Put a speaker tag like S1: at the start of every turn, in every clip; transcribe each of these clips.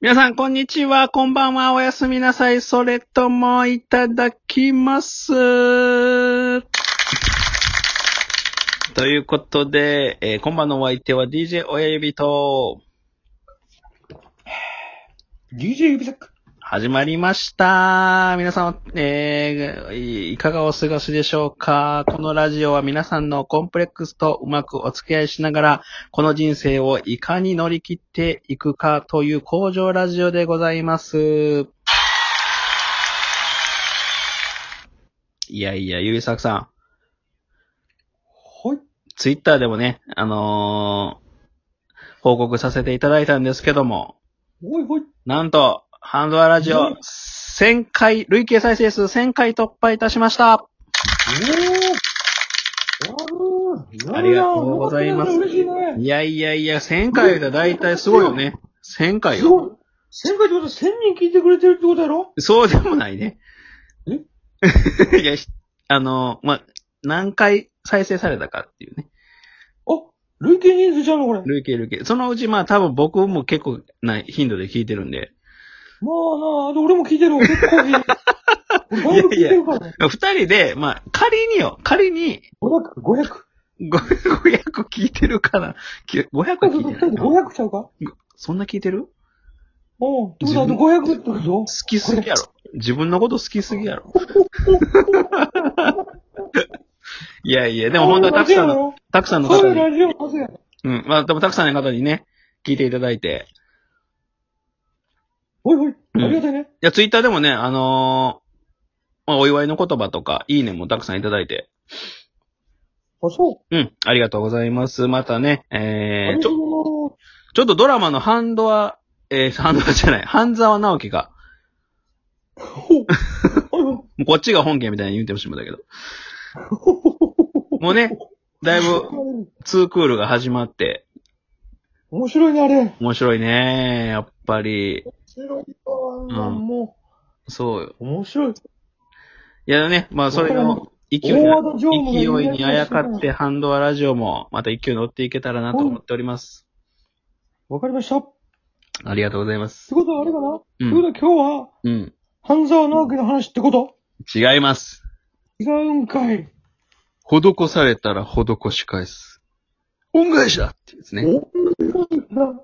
S1: 皆さん、こんにちは、こんばんは、おやすみなさい、それとも、いただきます。ということで、えー今晩のお相手は DJ 親指と、
S2: DJ 指サック。
S1: 始まりました。皆さん、えーいいかがお過ごしでしょうかこのラジオは皆さんのコンプレックスとうまくお付き合いしながら、この人生をいかに乗り切っていくかという工場ラジオでございます。いやいや、ゆりさくさん。
S2: はい。
S1: ツイッターでもね、あのー報告させていただいたんですけども、
S2: おいおい。
S1: なんと、ハンドアラジオ、1000回、累計再生数1000回突破いたしました。
S2: おー。やる
S1: ありがとうございます
S2: 嬉しいね。
S1: いやいやいや、1000回だ、だいたいすごいよね。1000回
S2: す
S1: よ。
S2: ごい。1000回ってことは1000人聞いてくれてるってことやろ
S1: そうでもないね。 いや、しあのーま、何回再生されたかっていうね。
S2: あ、累計人数ちゃうのこれ。まあ
S1: 累計累計。そのうち、まあ多分僕も結構な頻度で聞いてるんで。
S2: なあ、あと俺も聞いてる。俺結構聞いてる。俺だいぶ聞いてるからね。
S1: 二人で、まあ仮によ、仮に、
S2: 500、500。
S1: 500聞いてるかなき ?500 聞いて ないの
S2: 500ちゃうか
S1: そんな聞いてる
S2: うん。ってことはあと500ってことぞ
S1: 好。きすぎやろ。自分のこと好きすぎや ろ。いやいや、でも本当にたくさんの、
S2: の。
S1: たくさんの方
S2: そういう
S1: に、
S2: ラジオの数やろ。
S1: うん、まあでもたくさんの方にね、聞いていただいて。
S2: おいおい。ありがたいね。
S1: いや、ツイッターでもね、あのーまあお祝いの言葉とか、いいねもたくさんいただいて。
S2: あ、そう。
S1: うん、ありがとうございます。またね、
S2: あ
S1: え
S2: り
S1: ー、ち
S2: がとう
S1: ょ、
S2: ございます
S1: ちょっとドラマのハンドア、えー、ハンドアじゃない、半沢直樹が、
S2: ほう。おいおい。
S1: もうこっちが本家みたいに言ってほしいんだけど。もうね、だいぶ、 ツークールが始まって、
S2: 面白いね、あれ。面
S1: 面白いね、やっぱり。
S2: 白いわ、
S1: ん
S2: も
S1: そうよ。
S2: う。面白い。
S1: いやね、まあそれの勢いに
S2: 大和田常務が
S1: 勢いにあやかって、ハンドアラジオも、また勢いに乗っていけたらなと思っております。
S2: わかりました。って
S1: ありがとうございます。
S2: ことはあれかな、っ
S1: う
S2: てこと
S1: ん。
S2: は今日は、
S1: うん。
S2: 半沢直樹の話ってこと
S1: 違います。
S2: 違うんかい。
S1: 施されたら施し返す。恩返しだってですね。
S2: おな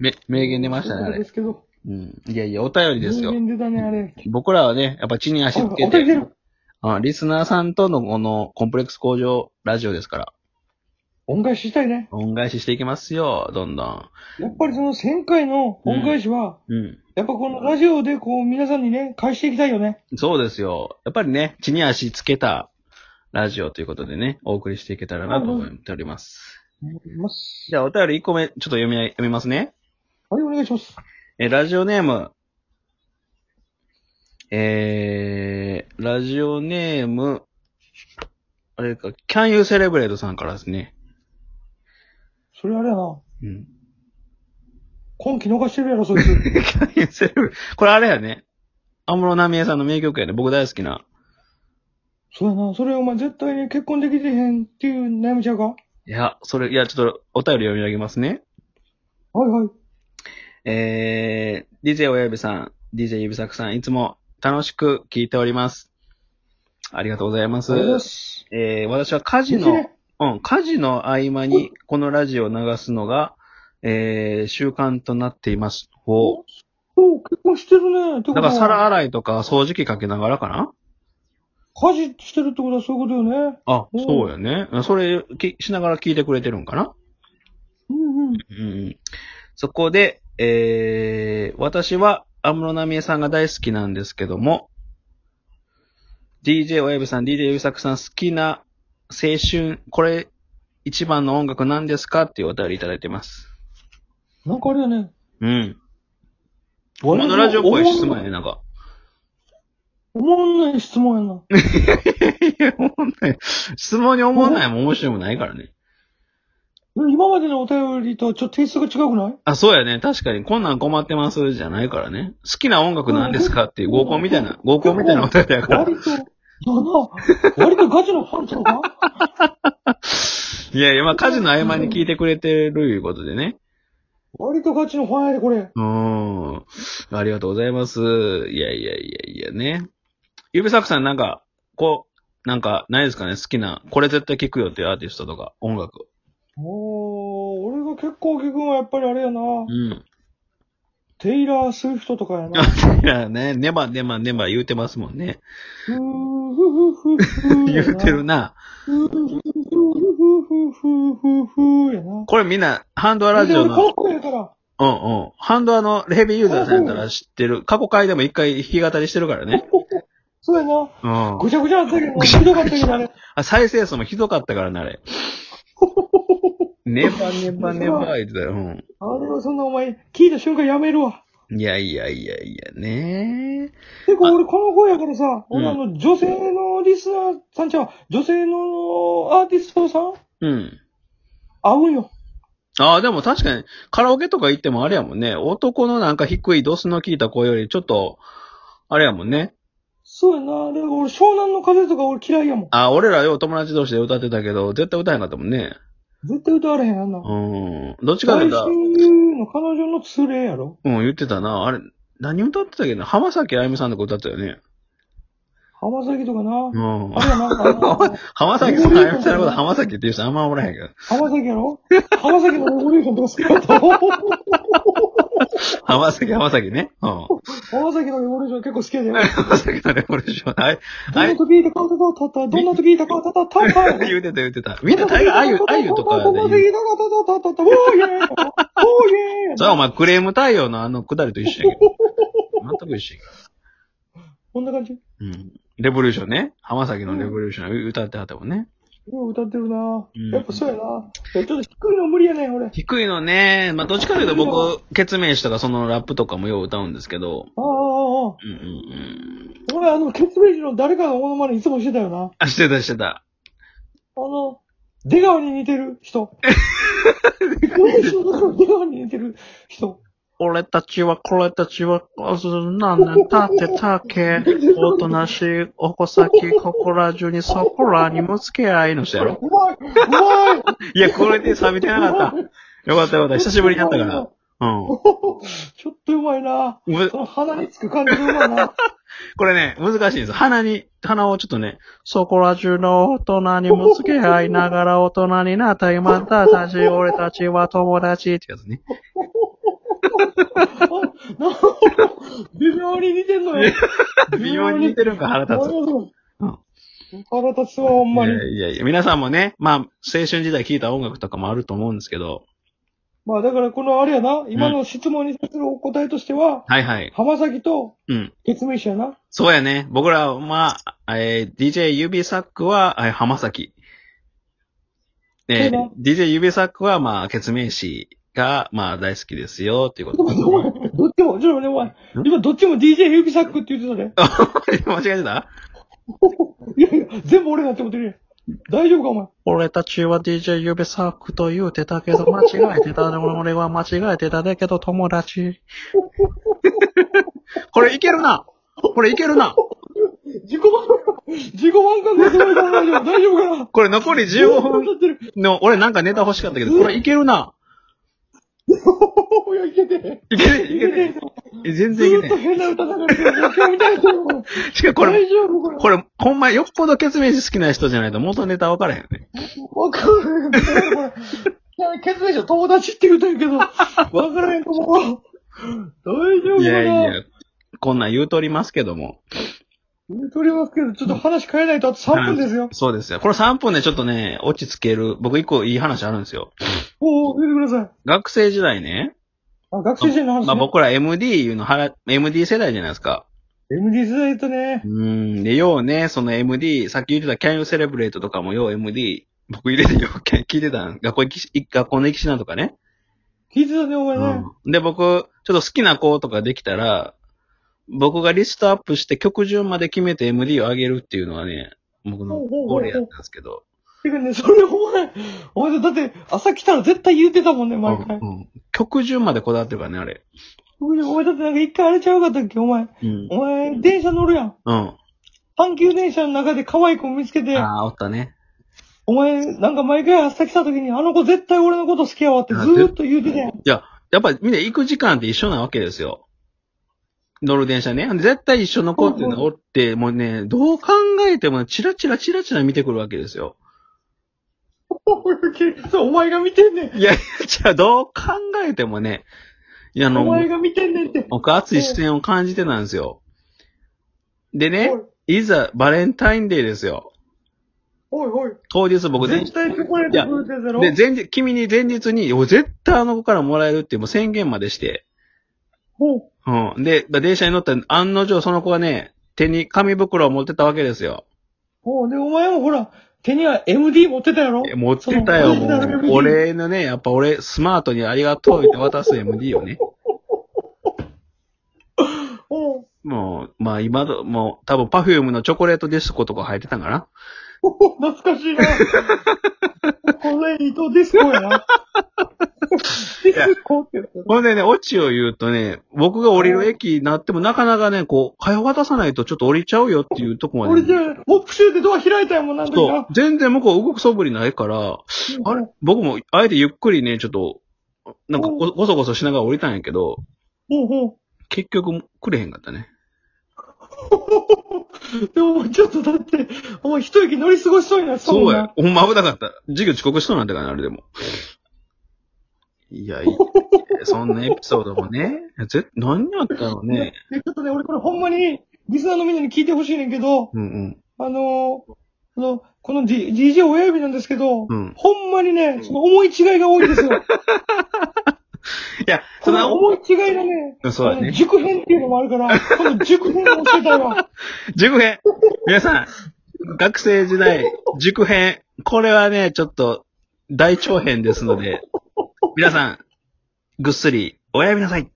S1: め、名言出ましたね、あ
S2: で
S1: れ。
S2: すけど。
S1: うん。いやいや、お便りですよ
S2: 人。間出たね、あれ。
S1: 僕らはね、やっぱ地に足つけ
S2: あお便り
S1: て、
S2: 出る
S1: あリスナーさんとのこのコンプレックス向上ラジオですから、
S2: 恩返ししたいね。
S1: 恩返ししていきますよ、どんどん。
S2: やっぱりその1000回の恩返しは、
S1: うん。
S2: やっぱこのラジオでこう皆さんにね、返していきたいよね。
S1: そうですよ。やっぱりね、地に足つけたラジオということでね、お送りしていけたらなと思っております。
S2: 思います。
S1: じゃあ、お便り1個目、ちょっと読み上げ、読みますね。
S2: はい、お願いします。
S1: え、ラジオネーム。えー、ラジオネーム。あれか、Can You Celebrate さんからですね。
S2: それあれやな。
S1: うん。
S2: 今期逃してるやろ、そいつ。
S1: Can You Celebrate? これあれやね。安室奈美恵さんの名曲やね。僕大好きな。
S2: そうやな。それお前絶対に結婚できてへんっていう悩みちゃうか
S1: いや、それ、いや、ちょっとお便り読み上げますね。
S2: はいはい。
S1: えー、DJ 親指さん、DJ 指作さん、いつも楽しく聞いております。ありがとうございます。
S2: す。
S1: えー、私は家事
S2: いい
S1: の
S2: ね、
S1: うん、家事の合間にこのラジオを流すのが、えー、習慣となっています。ほ
S2: お結婚してるね。って
S1: う。
S2: こ
S1: だ
S2: とは
S1: から皿洗いとか掃除機かけながらかな
S2: 家事してるってことはそういうことよね。
S1: あ、
S2: うん
S1: そうやね。それ、きしながら聞いてくれてるんかな
S2: うんうん。
S1: うんそこで、えー、私は安室奈美恵さんが大好きなんですけども、DJ 親指さん、DJ 指作さん好きな青春、これ一番の音楽なんですかっていうお便りいただいてます。
S2: なんかあれやね。
S1: うん。このラジオっぽい質問やね、なんか。
S2: 思わない質問やな。
S1: いや、思んない。 質問に思わないも面白いもないからね。
S2: 今までのお便りとちょっとテイストが違くない
S1: あ、そうやね。確かに、こんなん困ってますじゃないからね。好きな音楽なんですかっていう合コンみたいな、合コンみたいなお便り やから。
S2: 割と、いやな、割とガチのファンちゃ うか
S1: いやいや、まあ、家事の合間に聞いてくれてるいうことでね。
S2: 割とガチのファンやで、これ。
S1: うん。ありがとうございます。いやいやいやいやね。ゆびさくさんなんか、こう、なんか、ないですかね好きな、これ絶対聴くよっていうアーティストとか、音楽。
S2: おー、俺が結構聞くのはやっぱりあれやな。
S1: うん。
S2: テイラー・スウィフトとかやな。
S1: いやね、ネバネバネバ言うてますもんね。
S2: ふーふふふふーや
S1: 言
S2: な
S1: うてる。な。
S2: ふーふふふふふふやな。
S1: これみんな、ハンドアラ
S2: で
S1: ジオ
S2: 俺こ
S1: の
S2: の、声やから。
S1: うんうん。ハンドアのヘビーユーザーさんやったら知ってる。過去回でも一回弾き語りしてるからね。
S2: そうやな。
S1: うん。
S2: ぐちゃぐちゃだったけど、ひどかったけどあれ。
S1: あ、再生数もひどかったからな、あれ。ネバネバネバ言ってたよ。うん。
S2: あれはそんなお前、聞いた瞬間やめるわ。
S1: いやいやいやいやね。
S2: 結構俺この声やからさ、俺
S1: うん
S2: あの、女性のリスナーさんちゃう、女性のアーティストさん
S1: うん。
S2: 合うよ。
S1: ああ、でも確かに、カラオケとか行ってもあれやもんね。男のなんか低いドスの効いた声より、ちょっと、あれやもんね。
S2: そうやな。だから俺、湘南の風とか俺嫌いやもん。
S1: ああ、俺らよ、友達同士で歌ってたけど、絶対歌えなかったもんね。
S2: 絶対歌われへんやんな。
S1: うん。どっちかって言っ
S2: 大
S1: たら、
S2: 親友の彼女の連れやろ
S1: うん、言ってたな。あれ、何歌ってたっけど、浜崎あゆみさんとか歌ってたよね。
S2: 浜崎とかな。
S1: うん
S2: あ。れやなあの。
S1: 浜崎さん、あゆみさんのこと浜崎っていう人あんまおらへんけど。
S2: 浜崎やろ浜崎のレボリューションとか好きだった。
S1: 浜崎、浜崎ね。うん。
S2: 浜崎のレボリューション結構好きだよ。
S1: 浜崎のレボリューション。あい、
S2: どんな時高たたた、どんな時高たたたた。
S1: 言うてた言うてた。みんな大概、あゆ、あゆとかで
S2: で。
S1: 言
S2: お
S1: う
S2: ーイェーイおーイェー
S1: それはお前クレーム対応のあのくだりと一緒やけど。全く一緒やけ
S2: こんな感じ。
S1: ど。うん。レボリューションね。浜崎のレボリューション歌ってはったもんね。
S2: よう歌ってるな
S1: うん
S2: やっぱそうやな。いやちょっと低いの無理やねん、俺。あ
S1: 低いのね。まあ、どっちかというと僕、ケツメイシとかそのラップとかもよう歌うんですけど。
S2: あ、ああ、あ
S1: うんう
S2: あ。
S1: んうん。
S2: 俺、あの、ケツメイシの誰かのモノマネいつもしてたよな。
S1: あ、してたしてた。
S2: あの、出川に似てる人。ケツメイシの出川に似てる人。
S1: 俺たちは、これたちは、何年経ってたっけおとなしい、おこさき、ここら中に、そこらにもつけ合いの人やろ
S2: うまいうまい
S1: いや、これで錆びてなかった。よかったよか った。久しぶりにやったから。うん。
S2: ちょっとうまいな
S1: む
S2: その鼻につく感じがうまいな。
S1: これね、難しいんです。鼻に、鼻をちょっとね、そこら中の大人にもつけ合いながら大人になった今たたち、俺たちは友達ってやつね。
S2: な微妙に似てんのよ。
S1: 微妙に似てるんか腹立つ。うん
S2: 腹立つわ、ほん
S1: い
S2: まに。
S1: やいやいや、皆さんもね、まあ、青春時代聴いた音楽とかもあると思うんですけど、
S2: まあだからこのあれやな、今の質問に対するお答えとしては、
S1: はいはい。
S2: 浜崎と
S1: うん。
S2: ケツメイシやな。
S1: そうやね。僕らは、まあ、えー DJ 指サックは、えー浜崎。え
S2: そ
S1: ー
S2: うね
S1: DJ 指サックは、まあ、ケツメイシが、まあ、大好きですよ、っていう こと。
S2: どっちも、ちょっと待って、お前。今どっちも DJ 指サックって言ってたね。
S1: 間違えてた
S2: いやいや、全部俺になってもってるやん。大丈夫か、お前。
S1: 俺たちは DJ ゆべサークと言うてたけど、間違えてたね。俺は間違えてただけど、友達。これいけるな。これいけるな。
S2: 自己満、自己満感がすごいから大丈夫、大丈夫かな。
S1: これ残り15分
S2: 立ってる。
S1: の、俺なんかネタ欲しかったけど、これいけるな。
S2: おいや、いけてね。
S1: いける、いける。え全然い
S2: ず
S1: け
S2: っと
S1: ない。
S2: 変な歌だから、今日みたい
S1: し
S2: な。
S1: かもこれ、
S2: 大丈夫、これ。
S1: これ、ほんまよっぽどケツメイシ好きな人じゃないと元ネタ分からへんよね。
S2: わかる。これ、ケツメイシの友達って言うてる けど、わからへんと思う。大丈夫かな。
S1: いやいや、こんなん言うとりますけども。
S2: 言うとりますけど、ちょっと話変えないとあと3分ですよ。
S1: そうですよ。これ3分でちょっとね、落ち着ける。僕一個いい話あるんですよ。
S2: おお、出てください。
S1: 学生時代ね、
S2: あ、学生時代の話、ね。
S1: まあ僕ら MD いうのはら、MD 世代じゃないですか。
S2: MD 世代とね
S1: う。ーん。で、ようね、その MD、さっき言ってた Can You Celebrate とかもよう MD、僕入れてよ う、け聞いてたん。学校行きし、学校の行きしなとかね。
S2: 聞いてたね、お前ね。
S1: うん。で、僕、ちょっと好きな子とかできたら、僕がリストアップして曲順まで決めて MD を上げるっていうのはね、僕のゴールやったんですけど。
S2: てかね、それお前、お前だって朝来たら絶対言うてたもんね、
S1: うん
S2: 毎回。
S1: うん曲順までこだわってるからね、あれ。
S2: 僕ねお前だってなんか一回あれちゃうかったっけ、お前。
S1: うん。
S2: お前、電車乗るやん。
S1: うん。
S2: 阪急電車の中で可愛い子見つけて、
S1: ああ、おったね。
S2: お前、なんか毎回朝来た時に、あの子絶対俺のこと好きやわってずーっと言うてたやん。
S1: いや、やっぱみんな行く時間って一緒なわけですよ。乗る電車ね。絶対一緒残ってるのおって、もうね、どう考えてもチラチラチラチラ見てくるわけですよ。
S2: そう、お前が見てんねん。
S1: いや、じゃあどう考えてもね、いや、あ
S2: お前
S1: の、
S2: が見てんねんって。
S1: 僕熱い視線を感じてたんですよ。でね
S2: おい、
S1: いざバレンタインデーですよ。
S2: おいおい。
S1: 当日僕前
S2: 絶対チョコレートくれてるやつやろ
S1: で、前日、君に前日に、お絶対あの子からもらえるってもう宣言までして。
S2: おう
S1: うん。で、まあ電車に乗ったら案の定その子はね、手に紙袋を持ってたわけですよ。
S2: おうで、お前もほら、手には MD 持ってたやろ
S1: え持ってたよ、
S2: そ
S1: も
S2: のオリジナル
S1: う。
S2: MD
S1: お礼のね、やっぱ俺、スマートにありがとう言って渡す MD をね。
S2: おう
S1: もう、まあ今ど、もう、多分パフュームのチョコレートディスコとか入ってたんかな。
S2: 懐かしいな。 これ、伊藤ディスコやな。ディスコってやつやろ。
S1: ほんでね、オチを言うとね、僕が降りる駅になってもなかなかね、こう、通渡さないとちょっと降りちゃうよっていうとこまで。
S2: 俺じゃあ、モップシューでドア開いたやもんなんだ
S1: そう。全然向こう動く素振りないから、あれ僕も、あえてゆっくりね、ちょっと、なんかご、ごそごそしながら降りたんやけど、
S2: ほうほ
S1: 結局、くれへんかったね。
S2: う。でもお前ちょっとだって、お前一息乗り過ごしそうになったも
S1: そ
S2: ん
S1: う
S2: な
S1: や。。ほんま危なかった。授業遅刻しそうなんだからな、あれでも。い や、いいそんなエピソードもね、ぜ何やったのね。
S2: でちょっとね、俺これほんまに、リスナーのみんなに聞いてほしいねんけど、
S1: うん
S2: あのー、この、この、D、DJ 親指なんですけど、
S1: うん
S2: ほんまにね、その思い違いが多いんですよ。
S1: うん。いや、
S2: そ
S1: そんな
S2: の、思い違いがね、
S1: そうだ
S2: あの
S1: ね。
S2: 熟編っていうのもあるから、この熟編を教えたいわ。
S1: 塾編皆さん、学生時代、塾編。これはね、ちょっと、大長編ですので、皆さん、ぐっすり、おやみなさい。